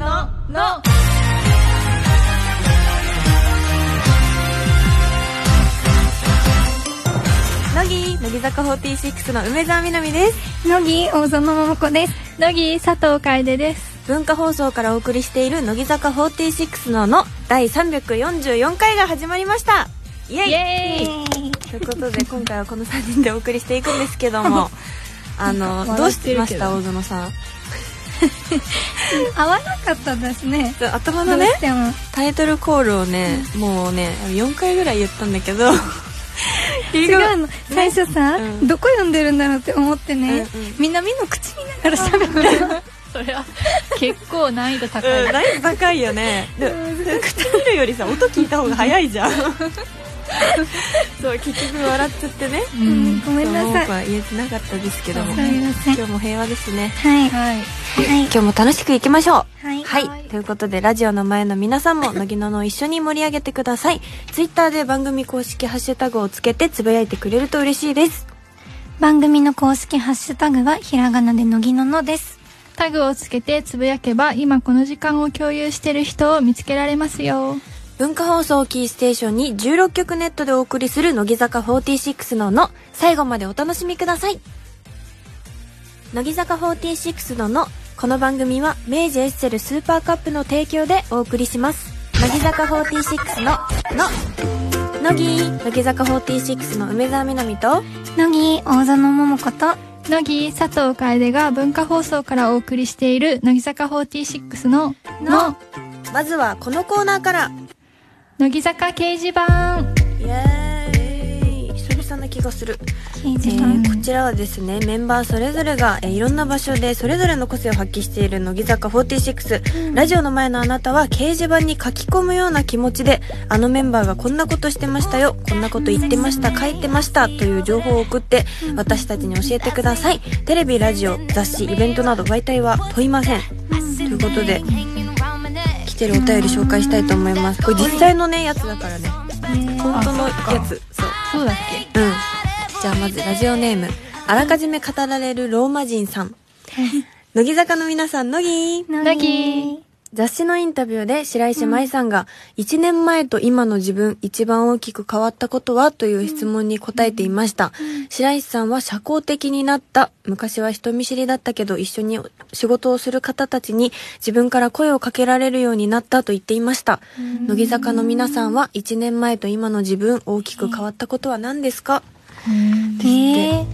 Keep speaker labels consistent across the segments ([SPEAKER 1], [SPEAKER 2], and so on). [SPEAKER 1] の
[SPEAKER 2] 乃木乃木坂46の梅澤美波です
[SPEAKER 3] 乃木大園桃子です
[SPEAKER 1] 乃木佐藤楓です
[SPEAKER 2] 文化放送からお送りしている乃木坂46のの第344回が始まりましたイエイ
[SPEAKER 1] イエーイ
[SPEAKER 2] ということで今回はこの3人でお送りしていくんですけど もあのどうしてました大園さん
[SPEAKER 3] 合わなかったですね
[SPEAKER 2] そう頭
[SPEAKER 3] ど
[SPEAKER 2] の
[SPEAKER 3] う
[SPEAKER 2] ね
[SPEAKER 3] しても
[SPEAKER 2] タイトルコールをね、もうね4回ぐらい言ったんだけ ど違
[SPEAKER 3] 違うの最初さ、
[SPEAKER 2] うん
[SPEAKER 3] どこ読んでるんだろうって思ってね、
[SPEAKER 2] うんうん
[SPEAKER 3] みんなみんな口見ながら喋ってる
[SPEAKER 1] それは結構難易度高い、
[SPEAKER 2] うん、難易度高いよねで口見るよりさ音聞いた方が早い じゃんそう結局笑っちゃってね
[SPEAKER 1] う
[SPEAKER 3] うん
[SPEAKER 1] ん
[SPEAKER 3] ごめんな
[SPEAKER 2] そう
[SPEAKER 3] さ
[SPEAKER 2] 僕
[SPEAKER 3] い
[SPEAKER 2] は言えてなかったですけども
[SPEAKER 3] すみません
[SPEAKER 2] 今日も平和ですね
[SPEAKER 3] はいは
[SPEAKER 1] はい
[SPEAKER 3] い
[SPEAKER 2] 今日も楽しくいきましょう
[SPEAKER 3] はい
[SPEAKER 2] はい、
[SPEAKER 1] はい
[SPEAKER 2] ということでラジオの前の皆さ んも乃木ののを一緒に盛り上げてくださいツイッターで番組公式ハッシュタグをつけてつぶやいてくれると嬉しいです
[SPEAKER 3] 番組の公式ハッシュタグはひらがなで乃木ののです
[SPEAKER 1] タグをつけてつぶやけば今この時間を共有してる人を見つけられますよ
[SPEAKER 2] 文化放送をキーステーションに16曲ネットでお送りする乃木坂46のの最後までお楽しみください乃木坂46ののこの番組は明治エッセルスーパーカップの提供でお送りします乃木坂46のの乃木乃木坂46の梅澤美波と
[SPEAKER 3] 乃木大園桃子と
[SPEAKER 1] 乃木佐藤楓が文化放送からお送りしている乃木坂46の
[SPEAKER 2] のまずはこのコーナーから
[SPEAKER 1] 乃木坂掲示板
[SPEAKER 2] イエーイ久々な気がする
[SPEAKER 3] 掲示板、
[SPEAKER 2] えーこちらはですねメンバーそれぞれが、えーいろんな場所でそれぞれの個性を発揮している乃木坂46、ラジオの前のあなたは掲示板に書き込むような気持ちであのメンバーがこんなことしてましたよこんなこと言ってました書いてましたという情報を送って私たちに教えてくださいテレビラジオ雑誌イベントなど媒体は問いませんということで来てるお便り紹介したいと思いますこれ実際のねやつだからね本当のやつそう
[SPEAKER 1] そうだっ
[SPEAKER 2] うん。じゃあまずラジオネーム。あらかじめ語られるローマ人さん。乃木坂の皆さん、乃木
[SPEAKER 1] 乃木
[SPEAKER 2] 雑誌のインタビューで白石麻衣さんが、1年前と今の自分、一番大きく変わったことはという質問に答えていました。白石さんは社交的になった。昔は人見知りだったけど、一緒に仕事をする方たちに自分から声をかけられるようになったと言っていました。乃木坂の皆さんは、1年前と今の自分、大きく変わったことは何ですか
[SPEAKER 1] けうん
[SPEAKER 3] えー、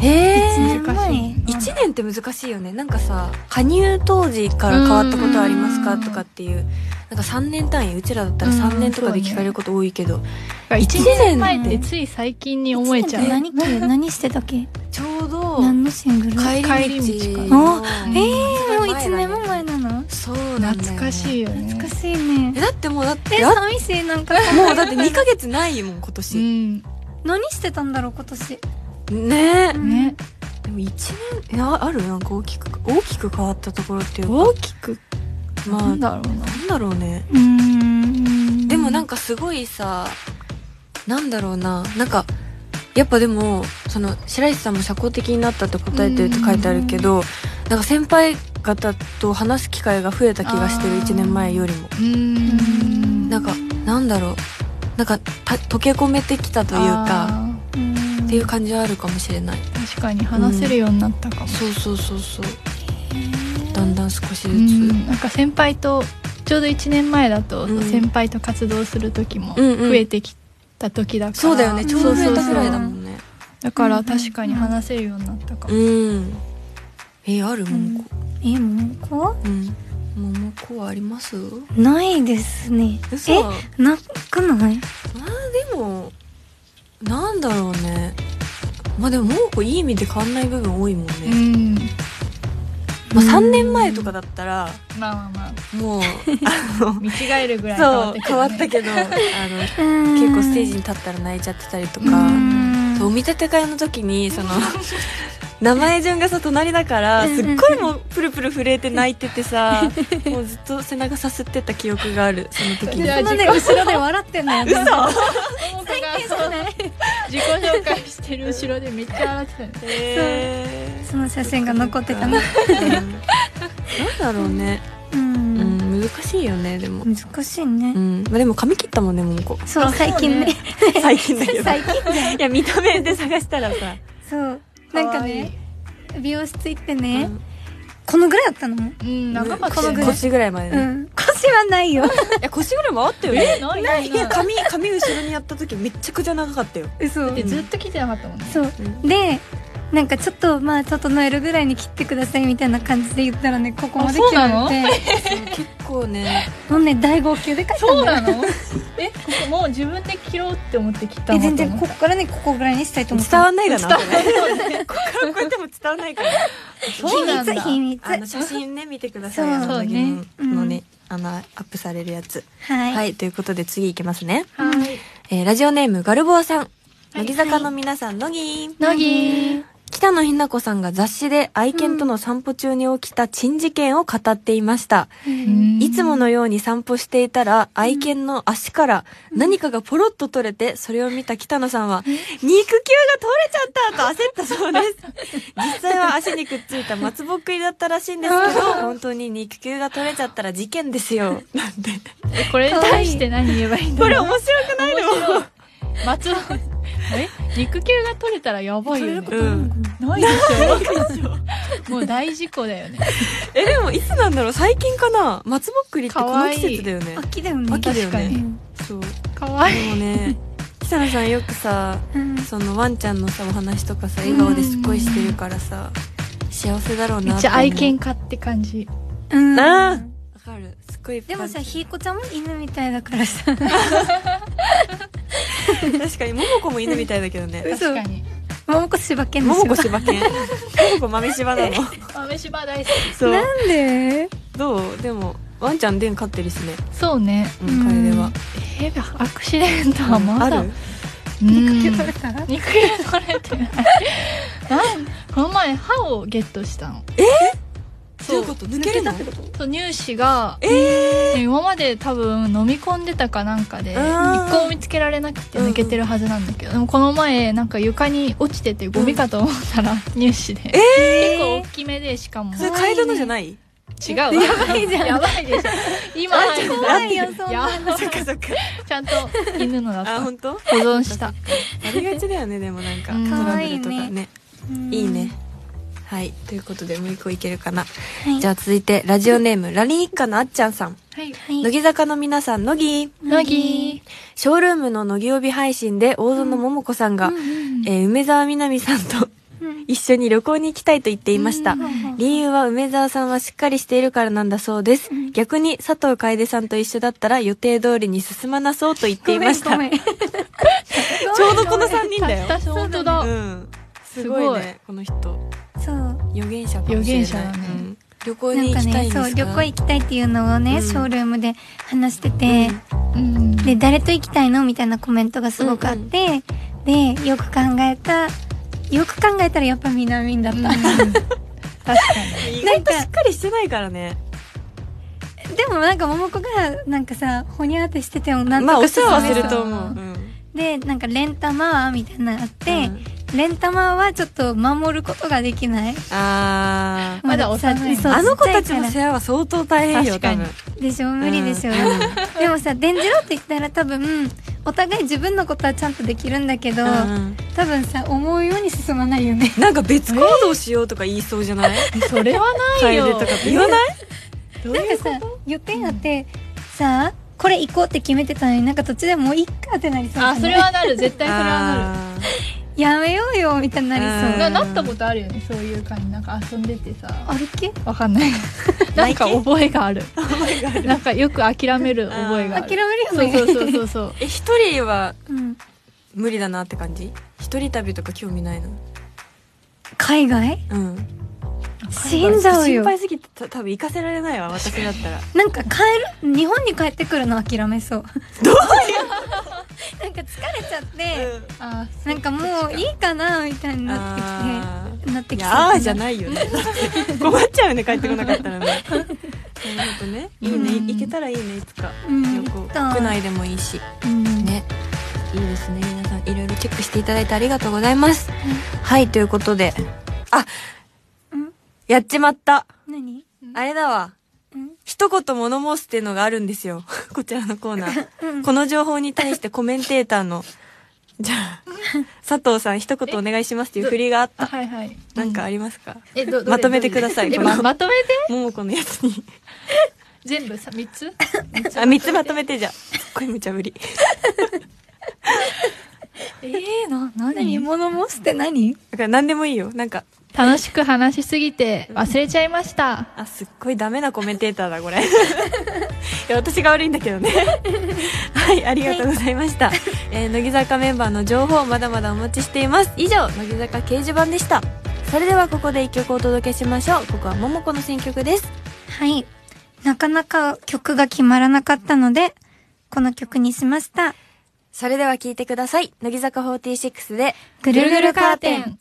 [SPEAKER 2] え
[SPEAKER 3] 1
[SPEAKER 2] ー
[SPEAKER 3] 年前
[SPEAKER 2] 一年って難しいよねなんかさ加入当時から変わったことありますかとかっていうなんか3年単位うちらだったら3年とかで聞かれること多いけど、
[SPEAKER 1] 1
[SPEAKER 2] 年
[SPEAKER 1] 年前
[SPEAKER 2] 前っ
[SPEAKER 1] っててつい最近に思えちゃう
[SPEAKER 3] 1年前何系何してたっけ
[SPEAKER 2] ちょうど
[SPEAKER 3] 何のシングル
[SPEAKER 2] 帰り道
[SPEAKER 1] 帰り道か
[SPEAKER 2] の
[SPEAKER 3] えー、もう1年も前なの
[SPEAKER 2] そうなんだよね
[SPEAKER 1] 懐かしいよね
[SPEAKER 3] 難しいね
[SPEAKER 2] えだってもうだって
[SPEAKER 3] え
[SPEAKER 2] や
[SPEAKER 3] 寂しいなんか
[SPEAKER 2] もうだって2ヶ月ないもん今
[SPEAKER 1] う
[SPEAKER 2] 年、
[SPEAKER 1] ん
[SPEAKER 3] 何してたんだろう今年
[SPEAKER 2] ねえ
[SPEAKER 1] ね
[SPEAKER 2] でも1年いやあるなんか大きく大きく変わったところっていうか
[SPEAKER 1] 大きく
[SPEAKER 2] まあ
[SPEAKER 1] な
[SPEAKER 2] なんんだ
[SPEAKER 1] だろうな
[SPEAKER 2] ろうね
[SPEAKER 3] うーん
[SPEAKER 2] でもな
[SPEAKER 3] なん
[SPEAKER 2] かすごいさなんだろうななんかやっぱでもその白石さんも社交的になったって答えてるって書いてあるけどなんか先輩方と話す機会が増えた気がしてる
[SPEAKER 1] あー
[SPEAKER 2] 1年前よりも
[SPEAKER 1] うん
[SPEAKER 2] なんかなんだろうなんかた溶け込めてきたというか
[SPEAKER 1] あ
[SPEAKER 2] っていう感じはあるかもしれない
[SPEAKER 1] ー確かに話せるようになったかも
[SPEAKER 2] そうそうそうそうだんだん少しずつ
[SPEAKER 1] うんなんか先輩とちょうど1年前だと、
[SPEAKER 2] うん
[SPEAKER 1] 先輩と活動する時も
[SPEAKER 2] うんうん
[SPEAKER 1] 増えてきた時だから、
[SPEAKER 2] そうだよねちょうど増えたぐらい
[SPEAKER 1] そう
[SPEAKER 2] だも
[SPEAKER 1] そうん
[SPEAKER 2] ね
[SPEAKER 1] そうだから確かに話せるようになったかも、
[SPEAKER 2] うんえあるもんこ
[SPEAKER 3] えもうこ
[SPEAKER 2] うん桃子はあります
[SPEAKER 3] うないですね
[SPEAKER 2] 嘘
[SPEAKER 3] えなくない
[SPEAKER 2] まあでもなんだろうねまあでももうこういい意味で変わんない部分多いもんね、
[SPEAKER 1] うん
[SPEAKER 2] まあ、3年前とかだったら
[SPEAKER 1] まあまあまあ
[SPEAKER 2] もう
[SPEAKER 1] 見違えるぐらい変わ
[SPEAKER 2] そ
[SPEAKER 1] っ
[SPEAKER 2] う
[SPEAKER 1] たけ
[SPEAKER 2] 変
[SPEAKER 1] ど、
[SPEAKER 2] わ
[SPEAKER 1] ね、
[SPEAKER 2] ったけどあの
[SPEAKER 3] うーん
[SPEAKER 2] 結構ステージに立ったら泣いちゃってたりとか
[SPEAKER 3] うん
[SPEAKER 2] そうお見立て会の時にその名前順がさ隣だからすっごいもうプルプル震えて泣いててさもうずっと背中さすってた記憶があるその時に
[SPEAKER 1] じゃあ
[SPEAKER 3] そんなね後ろで笑ってんのよ
[SPEAKER 2] 嘘
[SPEAKER 1] 最近そう自己紹介してる後ろでめっちゃ笑ってたよね
[SPEAKER 2] へー
[SPEAKER 3] その写真が残ってたの
[SPEAKER 2] うんなんだろうね
[SPEAKER 3] う
[SPEAKER 2] う
[SPEAKER 3] ん
[SPEAKER 2] ん、難しいよねでも
[SPEAKER 3] 難しいね。
[SPEAKER 2] うんまあでも髪切ったもんねももこ
[SPEAKER 3] そう、最近ね。
[SPEAKER 2] 最近だけど
[SPEAKER 3] 最近だよ
[SPEAKER 2] いや見た目で探したらさ
[SPEAKER 3] そう。
[SPEAKER 1] か
[SPEAKER 3] なんか
[SPEAKER 1] わいい
[SPEAKER 3] ね、美容室行ってね、このぐらいだったのうん。
[SPEAKER 1] うん、長かった
[SPEAKER 3] このぐらい
[SPEAKER 2] 腰ぐらいまでね、
[SPEAKER 3] 腰はないよ。
[SPEAKER 2] いや腰ぐらいもあったよね
[SPEAKER 1] ないない
[SPEAKER 2] いや
[SPEAKER 1] ない
[SPEAKER 2] 髪髪後ろにやった時めっちゃくちゃ長かったよ
[SPEAKER 3] 嘘。
[SPEAKER 1] でずっと来てなかったもんね
[SPEAKER 3] そう。で、なんかちょっと、まあ、整えるぐらいに切ってくださいみたいな感じで言ったらね、ここまで
[SPEAKER 1] あそう
[SPEAKER 3] 切ら
[SPEAKER 1] な
[SPEAKER 3] れ
[SPEAKER 1] の
[SPEAKER 3] て、
[SPEAKER 2] 結構ね
[SPEAKER 3] もうね、大号泣で帰った
[SPEAKER 1] そ
[SPEAKER 3] ん
[SPEAKER 1] う
[SPEAKER 3] だ
[SPEAKER 1] な
[SPEAKER 3] よ。
[SPEAKER 1] のえここもう自分で切ろうって思って切った
[SPEAKER 3] え、
[SPEAKER 1] のか
[SPEAKER 3] 全
[SPEAKER 1] と
[SPEAKER 3] 然、
[SPEAKER 1] 思
[SPEAKER 3] ここからね、ここぐらいにしたいと思って
[SPEAKER 2] 伝
[SPEAKER 3] た。
[SPEAKER 2] わんないだな
[SPEAKER 1] 伝わ
[SPEAKER 2] これ こっからこうやっても伝わんないから
[SPEAKER 1] そうなんだ
[SPEAKER 3] 秘密、秘密。
[SPEAKER 2] あの写真ね見てください
[SPEAKER 3] そう
[SPEAKER 2] あの
[SPEAKER 1] そ
[SPEAKER 2] 時
[SPEAKER 1] うね
[SPEAKER 2] のの
[SPEAKER 3] う
[SPEAKER 2] ね
[SPEAKER 3] ん
[SPEAKER 2] あのアップされるやつ
[SPEAKER 3] はい。
[SPEAKER 2] はいということで次いきますね
[SPEAKER 1] う
[SPEAKER 3] は
[SPEAKER 1] はい
[SPEAKER 2] えーラジオネームガルボアさん
[SPEAKER 1] い
[SPEAKER 2] 乃木坂の皆さん乃木
[SPEAKER 1] 乃木
[SPEAKER 2] 北野日向子さんが雑誌で愛犬との散歩中に起きた珍事件を語っていました
[SPEAKER 1] うん
[SPEAKER 2] いつものように散歩していたら、愛犬の足から何かがポロッと取れて、それを見た北野さんは、肉球が取れちゃったと焦ったそうです。実際は足にくっついた松ぼっくりだったらしいんですけど、本当に肉球が取れちゃったら事件ですよ。なんて。
[SPEAKER 1] えこれに対して何言えばいいんだ
[SPEAKER 2] これ
[SPEAKER 1] ろう
[SPEAKER 2] 面白くないの
[SPEAKER 1] 面白い松尾え肉球が取れたらやばいよね
[SPEAKER 2] うん。
[SPEAKER 1] ないでしょもう大事故だよね
[SPEAKER 2] え、でもいつなんだろう最近かな松ぼっくりってこ
[SPEAKER 1] か
[SPEAKER 2] の
[SPEAKER 1] わいい
[SPEAKER 2] 季節だよね。
[SPEAKER 3] 秋だよね。
[SPEAKER 2] 秋だよ
[SPEAKER 1] 確か
[SPEAKER 3] う
[SPEAKER 1] に
[SPEAKER 2] ね。
[SPEAKER 3] ん
[SPEAKER 2] そう。
[SPEAKER 1] かわいい
[SPEAKER 2] でもね、北野さんよくさ、
[SPEAKER 3] うん
[SPEAKER 2] そのワンちゃんのさお話とかさ笑顔ですっごいしてるからさ幸せだろう
[SPEAKER 1] め
[SPEAKER 2] な
[SPEAKER 1] っ
[SPEAKER 2] って
[SPEAKER 1] ち
[SPEAKER 2] 思
[SPEAKER 1] ゃ
[SPEAKER 2] う
[SPEAKER 1] 愛犬家って感じ
[SPEAKER 3] うん
[SPEAKER 2] あーわかるすっごい
[SPEAKER 3] でもさ
[SPEAKER 2] パン
[SPEAKER 3] ひいこちゃんも犬みたいだから さ
[SPEAKER 2] 確かにももこも犬みたいだけどね
[SPEAKER 3] 嘘
[SPEAKER 1] 確かに
[SPEAKER 3] 桃子柴犬で
[SPEAKER 2] も
[SPEAKER 3] し
[SPEAKER 2] も
[SPEAKER 3] ょ
[SPEAKER 2] こ柴犬ももこ豆柴なの
[SPEAKER 1] 豆柴大好き
[SPEAKER 2] そう
[SPEAKER 3] なんで
[SPEAKER 2] どうでもワンちゃんでん飼ってるしね
[SPEAKER 1] そうね
[SPEAKER 2] う
[SPEAKER 3] うん
[SPEAKER 2] ん楓は
[SPEAKER 1] えアクシデントはま
[SPEAKER 2] あ
[SPEAKER 1] だ
[SPEAKER 2] る
[SPEAKER 1] うん
[SPEAKER 3] 肉球取れたら
[SPEAKER 1] 肉球取れてないなんこの前歯をゲットしたのえ
[SPEAKER 2] どう
[SPEAKER 1] そ
[SPEAKER 2] いううこと抜けるの
[SPEAKER 1] そう乳歯が
[SPEAKER 2] え
[SPEAKER 1] で今まで多分飲み込んでたかなんかで
[SPEAKER 2] あー
[SPEAKER 1] 一個も見つけられなくて抜けてるはずなんだけど、でもこの前なんか床に落ちててゴミかと思ったら、乳歯で、結構大きめでしかも
[SPEAKER 2] それ楓のじゃない
[SPEAKER 1] 違うわやばいじゃんやばいでしょ今
[SPEAKER 3] 怖いよそん
[SPEAKER 1] や
[SPEAKER 3] な
[SPEAKER 1] ばい
[SPEAKER 2] そっかそっか
[SPEAKER 1] ちゃんと犬のだった
[SPEAKER 2] あ
[SPEAKER 1] 保
[SPEAKER 2] 本当あ
[SPEAKER 1] 存した
[SPEAKER 2] りがちだよねでもなんか
[SPEAKER 1] うん
[SPEAKER 2] トラブルと
[SPEAKER 3] 可愛
[SPEAKER 2] か
[SPEAKER 3] い
[SPEAKER 2] ね
[SPEAKER 3] うん
[SPEAKER 2] いいねはいということでもう一個いけるかな
[SPEAKER 3] はい
[SPEAKER 2] じゃあ続いてラジオネームラリン一家のあっちゃんさん
[SPEAKER 1] はい
[SPEAKER 3] はい
[SPEAKER 2] 乃木坂の皆さん乃木
[SPEAKER 1] 乃木
[SPEAKER 2] ショールームの乃木帯配信で大園桃子さんが、
[SPEAKER 1] うん
[SPEAKER 2] えー梅沢みなみさんと
[SPEAKER 3] うん
[SPEAKER 2] 一緒に旅行に行きたいと言っていました
[SPEAKER 3] うん
[SPEAKER 2] 理由は梅沢さんはしっかりしているからなんだそうです逆に佐藤楓さんと一緒だったら予定通りに進まなそうと言っていました
[SPEAKER 3] ごめんごめん
[SPEAKER 2] ちょうどこの3人だよ
[SPEAKER 1] たった本当だ
[SPEAKER 2] うんすごい
[SPEAKER 1] すご
[SPEAKER 2] ねこの人
[SPEAKER 3] そう
[SPEAKER 2] 予言者かもしれない
[SPEAKER 1] 予言者だね
[SPEAKER 2] うん旅行
[SPEAKER 3] なん
[SPEAKER 2] に行
[SPEAKER 3] か
[SPEAKER 2] きたい
[SPEAKER 3] ね
[SPEAKER 2] んです
[SPEAKER 3] そ
[SPEAKER 2] か
[SPEAKER 3] う旅行行きたいっていうのをね、
[SPEAKER 2] うん
[SPEAKER 3] ショールームで話してて、
[SPEAKER 1] うん
[SPEAKER 3] で誰と行きたいのみたいなコメントがすごくあって、でよく考えたよく考えたらやっぱ南だった、
[SPEAKER 1] うん確か
[SPEAKER 2] 意外としっかりしてないからね
[SPEAKER 3] でもなんか桃子がなんかさほにゃーってしててもなんと
[SPEAKER 2] まあ
[SPEAKER 3] か
[SPEAKER 2] お世話は
[SPEAKER 3] 進め
[SPEAKER 2] す
[SPEAKER 3] そう
[SPEAKER 2] ると思う、
[SPEAKER 1] うん
[SPEAKER 2] うん
[SPEAKER 3] でなんかレンタマーみたいなのあって、
[SPEAKER 2] うん
[SPEAKER 3] レンタマーはちょっと守ることができない
[SPEAKER 2] あー
[SPEAKER 1] まだ幼い
[SPEAKER 3] さそう
[SPEAKER 2] あの子たち
[SPEAKER 3] ちっ
[SPEAKER 2] の
[SPEAKER 3] ちゃいか
[SPEAKER 2] 世話は相当大変
[SPEAKER 1] 確
[SPEAKER 2] よ
[SPEAKER 1] か
[SPEAKER 2] 多
[SPEAKER 1] に
[SPEAKER 2] 分
[SPEAKER 3] らでしょ無理でしょ、でもさ伝じろうって言ったら多分お互い自分のことはちゃんとできるんだけど、
[SPEAKER 2] うん
[SPEAKER 3] 多分さ思うように進まないよね
[SPEAKER 2] なんか別行動しようとか言いそうじゃない
[SPEAKER 1] にそれはない
[SPEAKER 2] 楓
[SPEAKER 1] よ
[SPEAKER 2] とかって言わない
[SPEAKER 3] なんかさ予定あって、さあこれ行こうって決めてたのになんか途中でもういっかってなりそうじゃ
[SPEAKER 1] あ
[SPEAKER 3] ない
[SPEAKER 1] それはなる絶対それはなる
[SPEAKER 2] あ
[SPEAKER 3] やめようよみたいになりそう
[SPEAKER 2] ー
[SPEAKER 1] ななったことあるよねそういう感じなんか遊んでてさ
[SPEAKER 3] あれっけ
[SPEAKER 1] わかんない なんか覚えがある なんかよく諦める覚えがある
[SPEAKER 3] 諦めるよね
[SPEAKER 1] そうそうそうそう そう
[SPEAKER 2] ー え一人は
[SPEAKER 3] うん
[SPEAKER 2] 無理だなって感じ一人旅とか興味ないの
[SPEAKER 3] 海外
[SPEAKER 2] うん
[SPEAKER 3] 死んじゃう
[SPEAKER 2] 心
[SPEAKER 3] よ
[SPEAKER 2] 配すぎてた多分行かせられないわ私だったら
[SPEAKER 3] なんか帰る日本に帰ってくるの諦めそうどういう なんか疲れちゃって、
[SPEAKER 1] あ
[SPEAKER 3] なんかもういいかなみたいにな
[SPEAKER 2] あ
[SPEAKER 3] ってきてなっ
[SPEAKER 2] ー
[SPEAKER 3] て
[SPEAKER 2] い
[SPEAKER 3] き
[SPEAKER 2] やあーじゃ
[SPEAKER 3] い
[SPEAKER 2] ないよね困っちゃうよね帰ってこなかったらねなるほどねいいね
[SPEAKER 1] うん
[SPEAKER 2] 行けたらいいねいつか
[SPEAKER 3] うん
[SPEAKER 2] 旅行
[SPEAKER 3] 行きたい
[SPEAKER 2] 国内でもいいし
[SPEAKER 3] うん
[SPEAKER 2] ねいいですね皆さんいろいろチェックしていただいてありがとうございます、はいということであ
[SPEAKER 3] うん
[SPEAKER 2] やっちまった
[SPEAKER 3] 何
[SPEAKER 2] あれだわ
[SPEAKER 3] うん
[SPEAKER 2] 一言物申すっていうのがあるんですよ。 こちらのコーナー。この情報に対してコメンテーターの、じゃあ、佐藤さん一言お願いしますっていう振りがあっ
[SPEAKER 1] あ
[SPEAKER 2] た。
[SPEAKER 1] はいはい
[SPEAKER 2] なんか
[SPEAKER 1] う
[SPEAKER 2] ありますか
[SPEAKER 1] えどどれ
[SPEAKER 2] まとめてください
[SPEAKER 1] どれ
[SPEAKER 2] こ
[SPEAKER 1] え
[SPEAKER 2] れ
[SPEAKER 1] ままとめて
[SPEAKER 2] 桃子のやつに。
[SPEAKER 1] 全部さ3つ
[SPEAKER 2] あ、三つまとめてじゃあ。すっごい無茶ぶり。
[SPEAKER 3] ええな、
[SPEAKER 1] 何
[SPEAKER 3] 物申すって何
[SPEAKER 2] だから何でもいいよ。なんか、
[SPEAKER 1] 楽しく話しすぎて忘れちゃいました
[SPEAKER 2] あ、すっごいダメなコメンテーターだ、これ。いや、私が悪いんだけどね。はい、ありがとうございました。えー乃木坂メンバーの情報、まだまだお待ちしています。以上、乃木坂掲示板でした。それではここで一曲お届けしましょう。ここは桃子の選曲です。
[SPEAKER 3] はい。なかなか曲が決まらなかったので、この曲にしました。
[SPEAKER 2] それでは聴いてください。乃木坂46で、
[SPEAKER 3] ぐるぐるカーテン。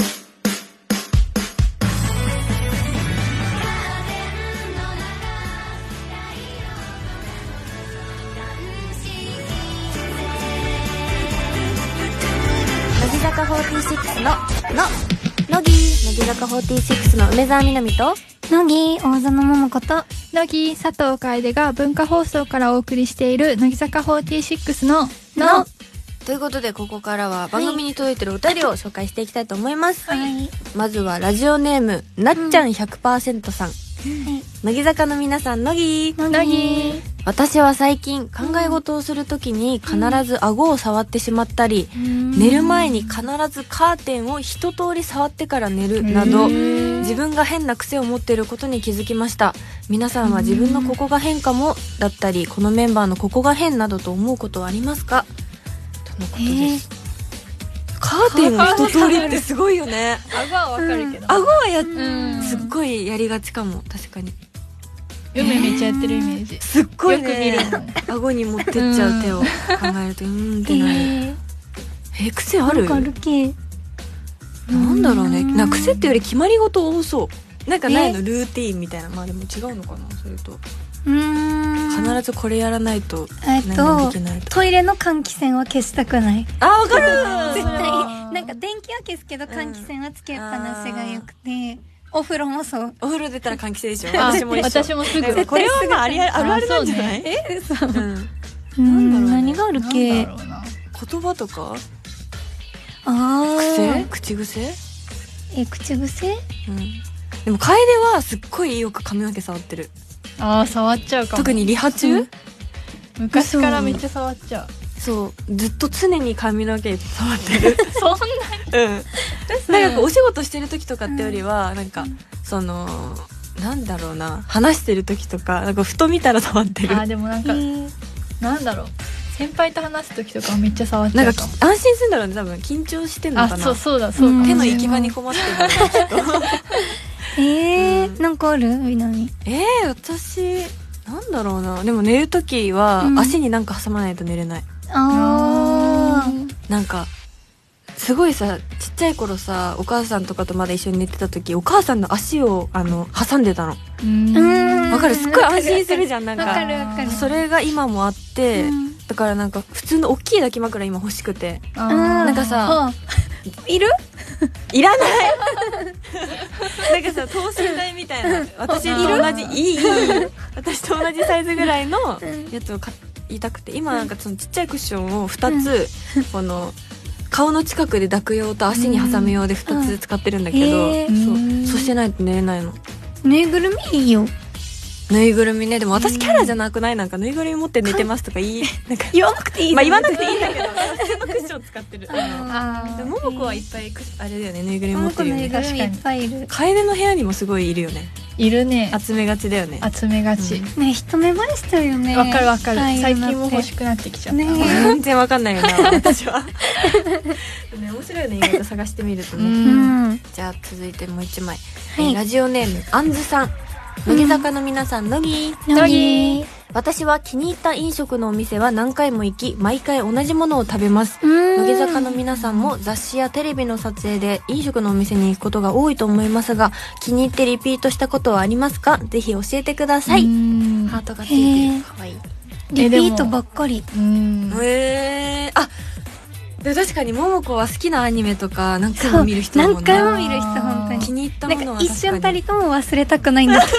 [SPEAKER 2] 乃木坂46の、の、乃木、乃木坂46の梅澤美波と、
[SPEAKER 3] 乃木、大園桃子と、
[SPEAKER 1] 乃木佐藤楓が文化放送からお送りしている乃木坂46の「の」
[SPEAKER 2] ということで、ここからは番組に届いてるお便りを紹介していきたいと思います。
[SPEAKER 3] はい。
[SPEAKER 2] まずはラジオネーム、なっちゃん100%さん。乃木坂の皆さん、乃木
[SPEAKER 1] 乃木
[SPEAKER 2] 私は最近、考え事をするときに必ず顎を触ってしまったり、寝る前に必ずカーテンを一通り触ってから寝るなど、自分が変な癖を持っていることに気づきました。皆さんは自分のここが変かも、だったり、このメンバーのここが変などと思うことはありますかとのことです。カーテンを一通りってすごいよね。
[SPEAKER 1] 顎はわかるけど
[SPEAKER 2] 顎はやっ
[SPEAKER 1] うん
[SPEAKER 2] すっごいやりがちかも確かに
[SPEAKER 1] 梅めっちゃやってるイメージ
[SPEAKER 2] すっごいね
[SPEAKER 1] よく見るもん
[SPEAKER 2] 顎に持ってっちゃう手を考えるとうーんってなるえ
[SPEAKER 3] え
[SPEAKER 2] ー癖あ
[SPEAKER 3] ー、
[SPEAKER 2] る
[SPEAKER 3] わかるけ。
[SPEAKER 2] なんだろうねなんか癖っていうより決まり事多そうなんかないの
[SPEAKER 3] え
[SPEAKER 2] ルーティーンみたいなまあでも違うのかなそれと
[SPEAKER 3] うーん。
[SPEAKER 2] 必ずこれやらないと
[SPEAKER 3] えっ
[SPEAKER 2] 何もで
[SPEAKER 3] と
[SPEAKER 2] き、ないと
[SPEAKER 3] トイレの換気扇は消したくない。
[SPEAKER 2] あわかる
[SPEAKER 1] 絶
[SPEAKER 3] 絶対
[SPEAKER 1] 対
[SPEAKER 3] なんか電気は消すけど換気扇はつけっぱなしが良くてお風呂もそう
[SPEAKER 2] お風呂出たら換気扇でしょ
[SPEAKER 1] あ
[SPEAKER 2] 私も一緒
[SPEAKER 1] 私もす
[SPEAKER 2] だから
[SPEAKER 1] ぐ
[SPEAKER 2] これはまあありあるあるなんじゃない、
[SPEAKER 1] あ
[SPEAKER 2] えうん
[SPEAKER 3] うん
[SPEAKER 2] なんだろうね
[SPEAKER 3] 何がある
[SPEAKER 1] なん
[SPEAKER 3] け
[SPEAKER 1] だろうな
[SPEAKER 2] 言葉とか
[SPEAKER 3] ああ
[SPEAKER 2] 癖
[SPEAKER 3] ー
[SPEAKER 2] 口癖
[SPEAKER 3] え口癖
[SPEAKER 2] うんでも楓はすっごいよく髪の毛触ってる
[SPEAKER 1] あー触っちゃうかも
[SPEAKER 2] 特にリハ中、
[SPEAKER 1] うん昔からめっちゃ触っちゃう
[SPEAKER 2] そうずっと常に髪の毛触ってる
[SPEAKER 1] そんな
[SPEAKER 2] うんなんかこうお仕事してる時とかってよりは、なんかそのなんだろうな話してる時とかなんかふと見たら触ってる
[SPEAKER 1] あーでもなんかなんだろう先輩と話す時とかはめっちゃ触っち
[SPEAKER 2] な
[SPEAKER 1] ゃ
[SPEAKER 2] ん
[SPEAKER 1] う
[SPEAKER 2] か
[SPEAKER 1] かも
[SPEAKER 2] き安心するんだろうね多分緊張してんの
[SPEAKER 1] あ
[SPEAKER 2] かな
[SPEAKER 1] そうそうだそうかもし
[SPEAKER 2] 手
[SPEAKER 1] れ
[SPEAKER 2] の
[SPEAKER 1] ない
[SPEAKER 2] 行き場に困ってるんだろ うねきっと
[SPEAKER 3] えー、なんかあるみなみ
[SPEAKER 2] えー、私なんだろうなでも寝る時は
[SPEAKER 3] うん
[SPEAKER 2] 足になんか挟まないと寝れない、
[SPEAKER 3] あ
[SPEAKER 2] なんかすごいさちっちゃい頃さお母さんとかとまだ一緒に寝てた時お母さんの足をあの挟んでたの
[SPEAKER 1] う
[SPEAKER 3] ー
[SPEAKER 1] ん
[SPEAKER 3] うーん
[SPEAKER 2] わかるすっごい安心するじゃんなん
[SPEAKER 3] わか
[SPEAKER 2] か
[SPEAKER 3] るわかる
[SPEAKER 2] それが今もあって、
[SPEAKER 3] うん
[SPEAKER 2] だからなんか普通の大きい抱き枕今欲しくて
[SPEAKER 1] あー
[SPEAKER 2] なんかさ
[SPEAKER 3] あいる
[SPEAKER 2] いら ないなんかさ等身大みたい な私と同じいいいいいい私と同じサイズぐらいの
[SPEAKER 3] ん
[SPEAKER 2] やつを買いたくて今なんかそのちっちゃいクッションを2つ、この顔の近くで抱く用と足に挟む用で2つ使ってるんだけど、
[SPEAKER 3] うんえ
[SPEAKER 1] ー
[SPEAKER 2] そうそうしてないと寝れないの
[SPEAKER 3] ぬいぐるみいいよ
[SPEAKER 2] ぬいぐるみねでも私キャラじゃなくないなんかぬいぐるみ持って寝てますとか言い なんか
[SPEAKER 3] 言わなくていい
[SPEAKER 2] まあ言わなくていいんだけど 普通のクッション使ってる
[SPEAKER 1] あ
[SPEAKER 2] で
[SPEAKER 1] ー
[SPEAKER 2] ももこはいっぱいクッションあれだよねぬいぐるみ持
[SPEAKER 3] 桃
[SPEAKER 2] って
[SPEAKER 3] 子
[SPEAKER 2] る
[SPEAKER 3] の
[SPEAKER 2] よ
[SPEAKER 3] ぬい
[SPEAKER 2] ね
[SPEAKER 3] ぐるみいっぱいいる
[SPEAKER 2] 楓の部屋にもすごいいるよね
[SPEAKER 1] いるね
[SPEAKER 2] 集めがちだよね
[SPEAKER 1] 集めがち
[SPEAKER 3] ね一目惚れしちゃうよね
[SPEAKER 1] わかるわかる
[SPEAKER 3] ああいうのっ
[SPEAKER 1] 最
[SPEAKER 3] て
[SPEAKER 1] 近も欲しくなってきちゃっ
[SPEAKER 3] ね
[SPEAKER 1] た
[SPEAKER 2] 全然わかんないよな 私はね面白いね意外と探してみると
[SPEAKER 1] う
[SPEAKER 2] ね
[SPEAKER 3] うんん
[SPEAKER 2] じゃあ続いてもう一枚、
[SPEAKER 3] い
[SPEAKER 2] えーラジオネームあんずさん乃木坂の皆さん、乃木
[SPEAKER 3] 乃木
[SPEAKER 2] 私は気に入った飲食のお店は何回も行き毎回同じものを食べます
[SPEAKER 3] 乃
[SPEAKER 2] 乃木坂の皆さんも雑誌やテレビの撮影で飲食のお店に行くことが多いと思いますが気に入ってリピートしたことはありますかぜひ教えてください、
[SPEAKER 1] うん
[SPEAKER 2] ハートがついてるかわいい
[SPEAKER 3] リピートばっかり
[SPEAKER 1] うん
[SPEAKER 2] へえあで確かに桃子は好きなアニメとか何回も見る人だも
[SPEAKER 3] 何
[SPEAKER 2] ん
[SPEAKER 3] 回
[SPEAKER 2] ね
[SPEAKER 3] も見る人本当に
[SPEAKER 2] 気に入った
[SPEAKER 3] な
[SPEAKER 2] も
[SPEAKER 3] ん
[SPEAKER 2] のは
[SPEAKER 3] か
[SPEAKER 2] 確かに
[SPEAKER 3] 一瞬たりとも忘れたくないんだけ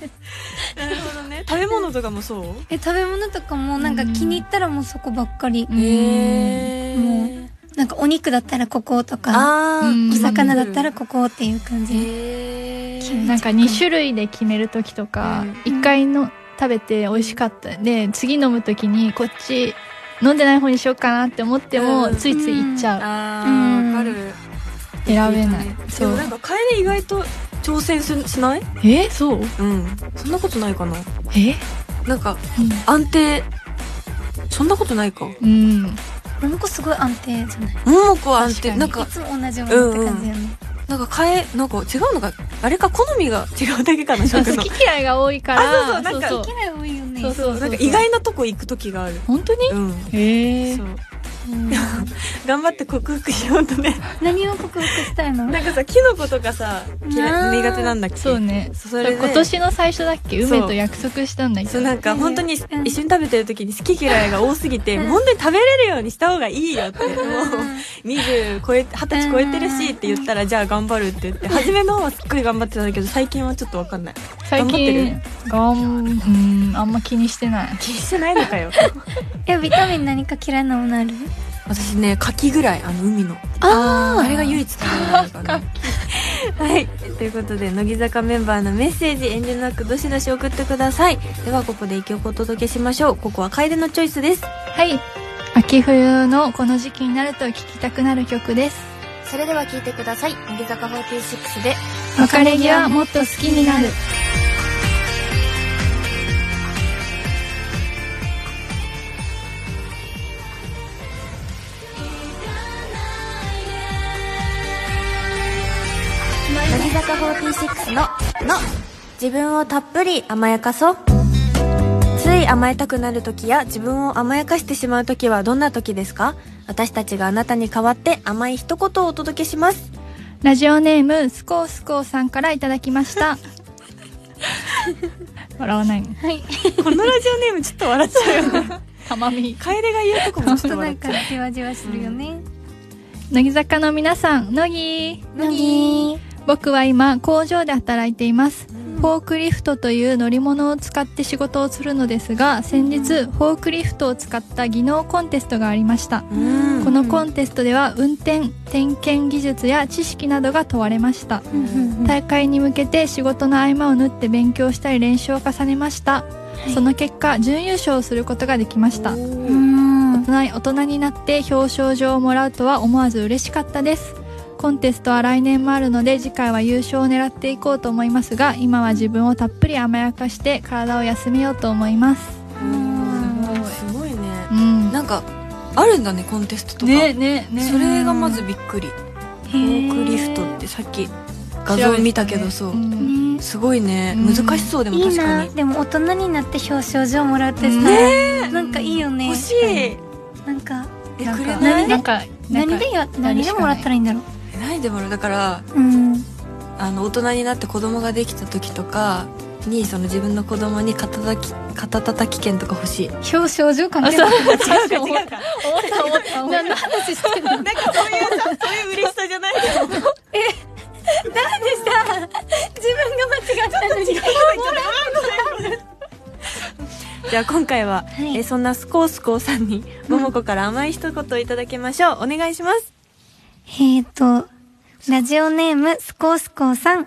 [SPEAKER 3] ど
[SPEAKER 2] なるほど食べ物とかもそう
[SPEAKER 3] え食べ物とかもなんか気に入ったらもうそこばっかり、
[SPEAKER 1] うん
[SPEAKER 2] へ
[SPEAKER 3] も
[SPEAKER 2] ー
[SPEAKER 3] なんかお肉だったらこことか
[SPEAKER 2] あ
[SPEAKER 1] うん
[SPEAKER 3] お
[SPEAKER 2] ー
[SPEAKER 3] 魚だったらここっていう感じ、
[SPEAKER 2] へー
[SPEAKER 1] なんか2種類で決める時とか
[SPEAKER 2] うん
[SPEAKER 1] 1回の食べて美味しかったで次飲む時にこっち飲んでない方にしようかなって思っても
[SPEAKER 2] うん
[SPEAKER 1] ついつい行っちゃう
[SPEAKER 2] あ
[SPEAKER 3] う
[SPEAKER 2] ー
[SPEAKER 3] ん
[SPEAKER 2] わかる
[SPEAKER 1] 選べない
[SPEAKER 2] で
[SPEAKER 1] そ
[SPEAKER 2] も
[SPEAKER 1] う
[SPEAKER 2] なんかカエル意外と挑戦すしない
[SPEAKER 1] えそう
[SPEAKER 2] うんそんなことないかな
[SPEAKER 1] え
[SPEAKER 2] なんか安定そんなことないか
[SPEAKER 1] うん
[SPEAKER 3] ももこすごい安定じゃない
[SPEAKER 2] 桃子は安定
[SPEAKER 1] 確かに
[SPEAKER 2] なん
[SPEAKER 3] い
[SPEAKER 2] か
[SPEAKER 3] つも同じものって感じよね、
[SPEAKER 2] なんかカエなんか違うのがあれか好みが違うだけかな
[SPEAKER 1] 好
[SPEAKER 2] 食の
[SPEAKER 1] き嫌いが多いか
[SPEAKER 2] あ
[SPEAKER 1] ら
[SPEAKER 2] そうそうなんか
[SPEAKER 1] そうそう
[SPEAKER 3] 嫌い多いよね
[SPEAKER 1] そうそう
[SPEAKER 2] なんか意外なとこ行く時がある
[SPEAKER 1] 本当に
[SPEAKER 2] うん
[SPEAKER 1] ええ
[SPEAKER 2] そう
[SPEAKER 3] うん
[SPEAKER 2] 頑張って克服しようと ね
[SPEAKER 3] 何を克服したいの
[SPEAKER 2] なんかさキノコとかさ嫌い
[SPEAKER 3] うん
[SPEAKER 2] 苦手なんだっけ
[SPEAKER 1] そうね
[SPEAKER 2] それで
[SPEAKER 1] 今年の最初だっけ
[SPEAKER 2] そう
[SPEAKER 1] 梅と約束したんだけ
[SPEAKER 2] そ
[SPEAKER 1] ど
[SPEAKER 2] うなんか本当に一緒
[SPEAKER 3] うん
[SPEAKER 2] に食べてる時に好き嫌いが多すぎて
[SPEAKER 3] うん
[SPEAKER 2] 本当に食べれるようにした方がいいよってもう
[SPEAKER 3] うん
[SPEAKER 2] 20超え二十歳超えてるしって言ったらじゃあ頑張るって言って初めの方はすっごい頑張ってたんだけど最近はちょっと分かんない
[SPEAKER 1] 最近がんうんあんま気にしてない
[SPEAKER 2] 気にしてないのかよ
[SPEAKER 3] えビタミン何か嫌いなものある
[SPEAKER 2] 私ね牡蠣ぐらいあの海の
[SPEAKER 3] あ
[SPEAKER 2] あれが唯一食べれないかな はいということで乃木坂メンバーのメッセージ遠慮なくどしどし送ってくださいではここで一曲お届けしましょうここは楓のチョイスです
[SPEAKER 1] はい秋冬のこの時期になると聴きたくなる曲です
[SPEAKER 4] それでは聞いてください乃木坂46で
[SPEAKER 1] 別れ際もっと好きになる
[SPEAKER 4] 乃木坂46の「の」
[SPEAKER 2] 自分をたっぷり甘やかそうつい甘えたくなる時や自分を甘やかしてしまう時はどんな時ですか私たちがあなたに代わって甘い一言をお届けします
[SPEAKER 1] ラジオネームスコースコーさんからいただきました 笑わないの
[SPEAKER 3] はい
[SPEAKER 2] このラジオネームちょっと笑っちゃうよ ね
[SPEAKER 1] たまみ
[SPEAKER 2] 楓が言うとこも
[SPEAKER 3] ち
[SPEAKER 2] ちょっ
[SPEAKER 3] ょ
[SPEAKER 2] と
[SPEAKER 3] っとな
[SPEAKER 2] 笑っ
[SPEAKER 3] ん
[SPEAKER 2] ち
[SPEAKER 3] か
[SPEAKER 2] ゃう
[SPEAKER 3] じわじわするよね
[SPEAKER 1] 乃木坂の皆さん乃木
[SPEAKER 3] 乃木
[SPEAKER 1] 僕は今工場で働いていますフォークリフトという乗り物を使って仕事をするのですが先日フォークリフトを使った技能コンテストがありました
[SPEAKER 2] うん
[SPEAKER 1] このコンテストでは運転点検技術や知識などが問われました大会に向けて仕事の合間を縫って勉強したり練習を重ねました、その結果準優勝することができました
[SPEAKER 3] うん
[SPEAKER 1] 大人大人になって表彰状をもらうとは思わず嬉しかったですコンテストは来年もあるので次回は優勝を狙っていこうと思いますが今は自分をたっぷり甘やかして体を休めようと思います
[SPEAKER 2] うんすごいね
[SPEAKER 1] うん
[SPEAKER 2] なんかあるんだねコンテストとか、
[SPEAKER 1] ねねね
[SPEAKER 2] それがまずびっくりフ
[SPEAKER 3] フ
[SPEAKER 2] ォークリフトってさっき画像見たけどそう、
[SPEAKER 1] ん
[SPEAKER 3] ね
[SPEAKER 2] すごいね
[SPEAKER 1] うん
[SPEAKER 2] 難しそうでも
[SPEAKER 3] いい
[SPEAKER 2] 確か
[SPEAKER 3] な
[SPEAKER 2] に
[SPEAKER 3] でも大人になって表彰状もらうってさ、なんかいいよね
[SPEAKER 2] 欲しいえ
[SPEAKER 3] なんか
[SPEAKER 2] く
[SPEAKER 1] なんか
[SPEAKER 2] れな
[SPEAKER 3] 何
[SPEAKER 2] い
[SPEAKER 3] で
[SPEAKER 1] なんか
[SPEAKER 3] 何でや何でもらったらいいんだろう
[SPEAKER 2] えないでもらうだから
[SPEAKER 3] うん
[SPEAKER 2] あの大人になって子供ができた時とかにその自分の子供に肩たき肩たたき券とか欲しい
[SPEAKER 3] 表彰状関係ない
[SPEAKER 2] 違う違うか
[SPEAKER 1] 思った思った
[SPEAKER 3] 何の話してんの
[SPEAKER 2] なんかそういうさそういう嬉しさじゃないけど
[SPEAKER 3] でさ自分が間違ったのに
[SPEAKER 2] じゃあ今回は、
[SPEAKER 3] はい
[SPEAKER 2] えーそんなスコースコーさんに桃子から甘い一言いただきましょう、お願いします
[SPEAKER 3] えーと、ラジオネーム、スコースコーさん。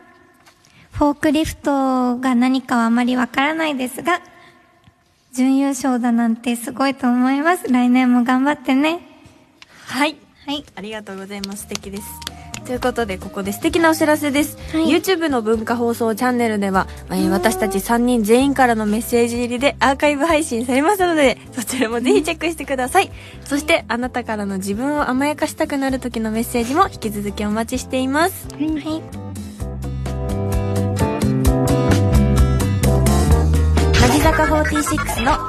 [SPEAKER 3] フォークリフトが何かはあまりわからないですが、準優勝だなんてすごいと思います。来年も頑張ってね。
[SPEAKER 2] はい
[SPEAKER 3] はい。
[SPEAKER 2] ありがとうございます。素敵です。ということで、ここで素敵なお知らせです。
[SPEAKER 3] はい
[SPEAKER 2] YouTube の文化放送チャンネルでは、えー私たち3人全員からのメッセージ入りでアーカイブ配信されますので、 そちらもぜひチェックしてください。そして、あなたからの自分を甘やかしたくなる時のメッセージも引き続きお待ちしています。
[SPEAKER 3] はい。
[SPEAKER 2] 乃木坂46の、の、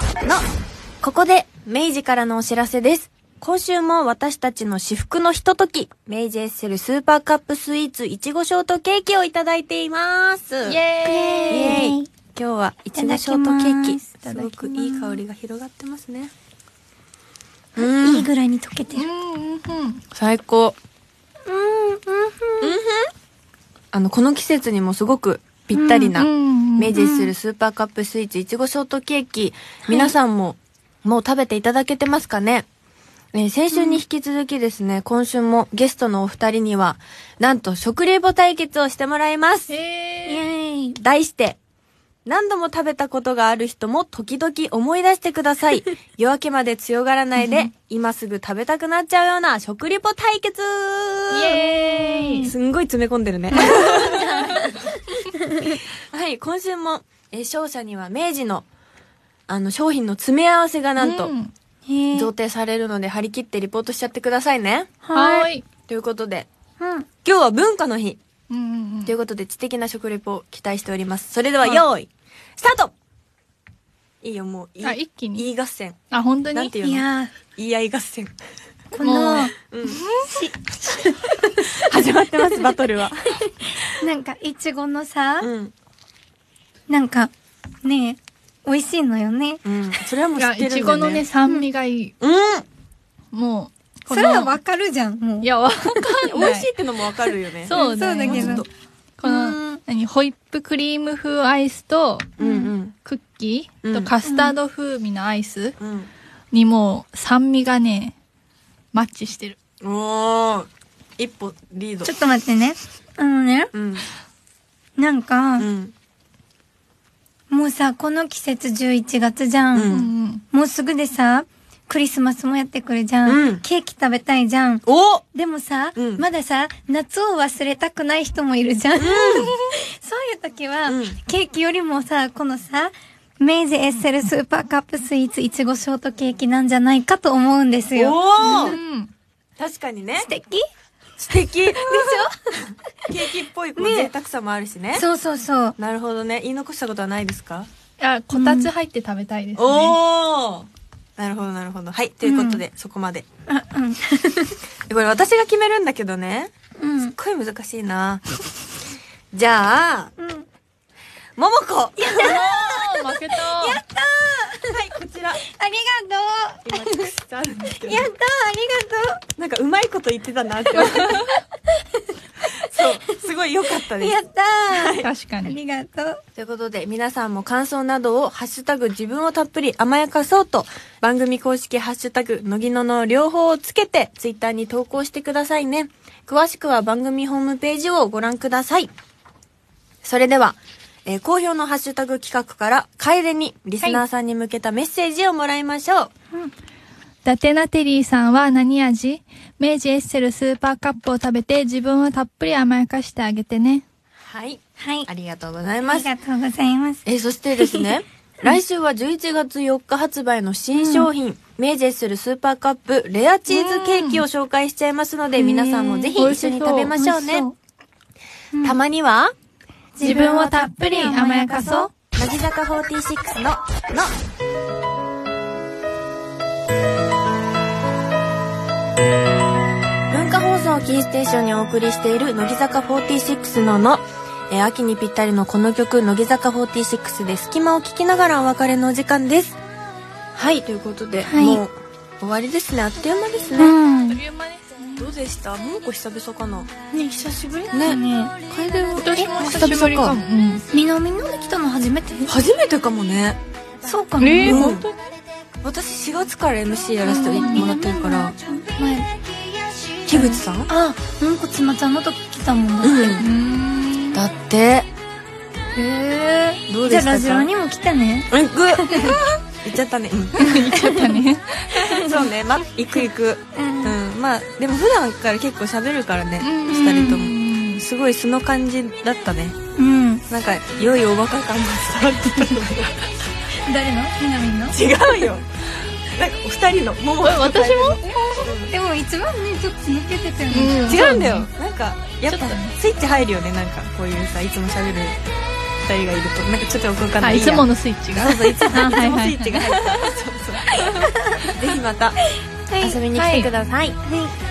[SPEAKER 2] ここで、明治からのお知らせです。今週も私たちの至福のひととき、明治エッセルスーパーカップスイーツいちごショートケーキをいただいています。イ
[SPEAKER 1] イエーイ
[SPEAKER 2] イエーイ
[SPEAKER 3] イエーイ
[SPEAKER 2] 今日はいちごショートケーキす
[SPEAKER 3] いただきます
[SPEAKER 2] ごくいい香りが広がってますね
[SPEAKER 3] いいぐらいに溶けて
[SPEAKER 1] う
[SPEAKER 3] る。
[SPEAKER 1] んうんうん
[SPEAKER 2] 最高
[SPEAKER 3] うん、うん、
[SPEAKER 2] あのこの季節にもすごくぴったり
[SPEAKER 1] う
[SPEAKER 2] なん目指するスーパーカップスイーツいちごショートケーキ、皆さんももう食べていただけてますかねえー先週に引き続きですね、今週もゲストのお二人には、なんと食レポ対決をしてもらいます。
[SPEAKER 3] イエーイ。
[SPEAKER 2] 題して、何度も食べたことがある人も時々思い出してくだ さい。夜明けまで強がらないで、今すぐ食べたくなっちゃうような食リポ対決
[SPEAKER 1] エ
[SPEAKER 2] すんごい詰め込んでるね。 はい、今週も、えー勝者には明治の、あの、商品の詰め合わせがなんと、
[SPEAKER 1] うん
[SPEAKER 3] へ
[SPEAKER 2] 贈
[SPEAKER 3] ー
[SPEAKER 2] 呈されるので、張り切ってリポートしちゃってくださいね。
[SPEAKER 1] はー。い。
[SPEAKER 2] ということで、
[SPEAKER 3] うん。
[SPEAKER 2] 今日は文化の日。
[SPEAKER 1] うんうんうん
[SPEAKER 2] ということで、知的な食レポを期待しております。それでは、用意、スタートいいよ、もう、いい
[SPEAKER 1] あ、一気に。
[SPEAKER 2] 言い合戦。
[SPEAKER 1] あ、本当
[SPEAKER 2] なん
[SPEAKER 1] に
[SPEAKER 2] ていう
[SPEAKER 3] い
[SPEAKER 2] の
[SPEAKER 3] や
[SPEAKER 2] 言い合い合戦。
[SPEAKER 3] ー、この、
[SPEAKER 2] 始まってます、バトルは。
[SPEAKER 3] なんか、いちごのさ、
[SPEAKER 2] うん。
[SPEAKER 3] なんか、ねえ、美味しいのよね。
[SPEAKER 2] うん。それはもう
[SPEAKER 1] い
[SPEAKER 2] 知っ
[SPEAKER 1] や、
[SPEAKER 2] てる
[SPEAKER 1] い
[SPEAKER 2] んだよね。
[SPEAKER 1] ちごのね、酸味がいい。
[SPEAKER 2] うん。
[SPEAKER 1] もう。
[SPEAKER 3] それは
[SPEAKER 1] わ
[SPEAKER 3] わかるじゃん、もう。
[SPEAKER 1] いや、わかん
[SPEAKER 2] 美
[SPEAKER 1] ない。
[SPEAKER 2] 味しいってのもわかるよね。
[SPEAKER 1] そう
[SPEAKER 3] うん
[SPEAKER 1] ね。
[SPEAKER 3] そうだけ
[SPEAKER 2] もうちょ
[SPEAKER 3] ど
[SPEAKER 2] っと。
[SPEAKER 1] この、何、ホイップクリーム風アイスと、
[SPEAKER 2] うんうん。
[SPEAKER 1] クッキ
[SPEAKER 2] う
[SPEAKER 1] ー
[SPEAKER 2] ん
[SPEAKER 1] とカスタード風味のアイス
[SPEAKER 2] うん。
[SPEAKER 1] にもう酸味がね、マッチしてる。
[SPEAKER 2] おー。一歩リード
[SPEAKER 3] ちょ。っと待ってね。あのね、
[SPEAKER 2] うん。
[SPEAKER 3] なんか、
[SPEAKER 2] うん。
[SPEAKER 3] もうさ、この季節11月じゃん。
[SPEAKER 2] うん
[SPEAKER 1] うん。
[SPEAKER 3] もうすぐでさ、クリスマスもやってくるじゃん。
[SPEAKER 2] うん
[SPEAKER 3] ケーキ食べたいじゃん。
[SPEAKER 2] お
[SPEAKER 3] でもさ、
[SPEAKER 2] うん
[SPEAKER 3] まださ、夏を忘れたくない人もいる じゃん。そういう時は、
[SPEAKER 2] うん
[SPEAKER 3] ケーキよりもさ、このさ、明治エッセルスーパーカップスイーツいちごショートケーキなんじゃないかと思うんですよ。
[SPEAKER 2] お
[SPEAKER 1] う
[SPEAKER 2] ー
[SPEAKER 1] ん。
[SPEAKER 2] 確かにね
[SPEAKER 3] 素。敵
[SPEAKER 2] 素敵。でしょ ケーキっぽいこう
[SPEAKER 3] ね
[SPEAKER 2] 贅沢さもあるしね。
[SPEAKER 3] そうそうそう。
[SPEAKER 2] なるほどね。言い残したことはないですか
[SPEAKER 1] あ、こたつ入って食べたいですね。
[SPEAKER 2] おーなるほど、なるほど。はい。ということで、そ こまで。
[SPEAKER 3] あ、うん。
[SPEAKER 2] えこれ私が決めるんだけどね。
[SPEAKER 3] うん。
[SPEAKER 2] すっごい難しいな。じゃあ、
[SPEAKER 3] うん。
[SPEAKER 2] ももこやった
[SPEAKER 1] おー負けた
[SPEAKER 2] はい、こちら。
[SPEAKER 3] ありがと
[SPEAKER 2] 今、くっつあるんですけ
[SPEAKER 3] う
[SPEAKER 2] ど
[SPEAKER 3] や。ったありがと
[SPEAKER 2] なんか、うまいこと言ってたなって 思って。そう、すごい良かった
[SPEAKER 3] う
[SPEAKER 2] です
[SPEAKER 3] や。った
[SPEAKER 1] 確か
[SPEAKER 3] あ
[SPEAKER 1] に。
[SPEAKER 3] りがとう。
[SPEAKER 2] ということで、皆さんも感想などを、ハッシュタグ自分をたっぷり甘やかそうと、番組公式ハッシュタグ、のぎのの両方をつけて、ツイッターに投稿してくださいね。詳しくは番組ホームページをご覧ください。それでは、えー好評のハッシュタグ企画から、楓に、リスナーさんに向けたメッセージをもらいましょう。
[SPEAKER 1] 伊達ナテリーさんは何味明治エッセルスーパーカップを食べて自分をたっぷり甘やかしてあげてね。
[SPEAKER 2] はい。
[SPEAKER 3] はい
[SPEAKER 2] あ。りがとうござい
[SPEAKER 3] あ
[SPEAKER 2] ま
[SPEAKER 3] り
[SPEAKER 2] す。
[SPEAKER 3] がとうございます。
[SPEAKER 2] えーそしてですね、来週は11月4日発売の新商品、明治するスーパーカップレアチーズケーキを紹介しちゃいますので、皆さんもぜひ一緒に食べましょうね。たまには、
[SPEAKER 1] 自分をたっぷり甘やかそう。
[SPEAKER 2] 乃木坂46の、の、文化放送をキーステーションにお送りしている乃木坂46のの、えー秋にぴったりのこの曲、乃木坂46で隙間を聞きながらお別れのお時間です。はい、ということで、
[SPEAKER 3] はい
[SPEAKER 2] もう終わりですね。あっという間です
[SPEAKER 3] う
[SPEAKER 2] ね。
[SPEAKER 3] ん。ね
[SPEAKER 1] いう間ですね。
[SPEAKER 2] どうでしたももこ久々かな
[SPEAKER 3] 久しぶり
[SPEAKER 2] ね
[SPEAKER 3] ね。
[SPEAKER 2] 楓は
[SPEAKER 1] 私も久しぶりかも。
[SPEAKER 2] え
[SPEAKER 1] うん。
[SPEAKER 3] 南ので来たの初めて
[SPEAKER 2] 初めてかもね。
[SPEAKER 3] そうか
[SPEAKER 1] えー、
[SPEAKER 2] うん
[SPEAKER 1] 本当に
[SPEAKER 2] 私4月から MC やらせてもらってるから
[SPEAKER 3] 前
[SPEAKER 2] 樋口さん
[SPEAKER 3] あうんこつまちゃんの時来たもんだ
[SPEAKER 2] うん
[SPEAKER 1] うん。
[SPEAKER 2] だって
[SPEAKER 3] へえ
[SPEAKER 2] どう
[SPEAKER 3] じ
[SPEAKER 2] で
[SPEAKER 3] ゃあ
[SPEAKER 2] したか
[SPEAKER 3] ラジオにも来てね
[SPEAKER 2] 行く 行っちゃったね
[SPEAKER 1] 言っちゃったね。
[SPEAKER 2] そうねま行く行く
[SPEAKER 3] う
[SPEAKER 2] うんまあでも普段から結構喋るからね二人ともすごい素の感じだったね
[SPEAKER 3] うん
[SPEAKER 2] なんか良いおバカ感も伝わって
[SPEAKER 3] 誰の南の
[SPEAKER 2] た違うよなんかお二人のもも
[SPEAKER 1] 私も
[SPEAKER 3] でも一番ねちょっと抜けてたよ
[SPEAKER 1] ね
[SPEAKER 2] 違うんだよなんかやっ
[SPEAKER 1] ち
[SPEAKER 2] ぱ
[SPEAKER 1] ょっとね
[SPEAKER 2] スイッチ入るよねなんかこういうさいつも喋る二人がいるとなんかちょっとよくわかんな
[SPEAKER 1] はいい、いつ
[SPEAKER 2] や
[SPEAKER 1] ものスイッチが。
[SPEAKER 2] そうそういつもいつも
[SPEAKER 1] あはいはい
[SPEAKER 2] スイッチが入った。そう そう。ぜひまた遊びに来てください。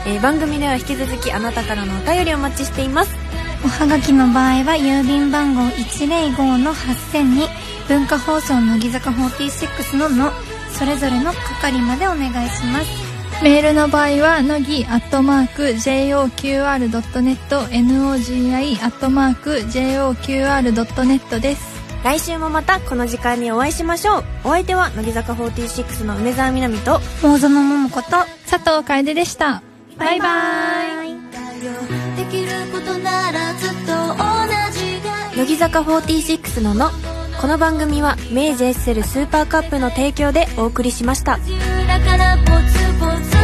[SPEAKER 2] えー番組では引き続きあなたからのお便りをお待ちしています。
[SPEAKER 3] おはがきの場合は郵便番号105の8000に文化放送乃木坂46ののそれぞれの係までお願いします
[SPEAKER 1] メールの場合は、のぎ、アットマーク、joqr.net、nogi、アットマーク、joqr.net です。
[SPEAKER 2] 来週もまたこの時間にお会いしましょうお相手は乃木坂46の梅澤美波と
[SPEAKER 3] 大園桃子と、
[SPEAKER 1] 佐藤楓でしたバイバイ
[SPEAKER 3] イ
[SPEAKER 4] できることならずっと同じが
[SPEAKER 2] 乃木坂46ののこの番組は明治エッセルスーパーカップの提供でお送りしました
[SPEAKER 4] だからポツポツ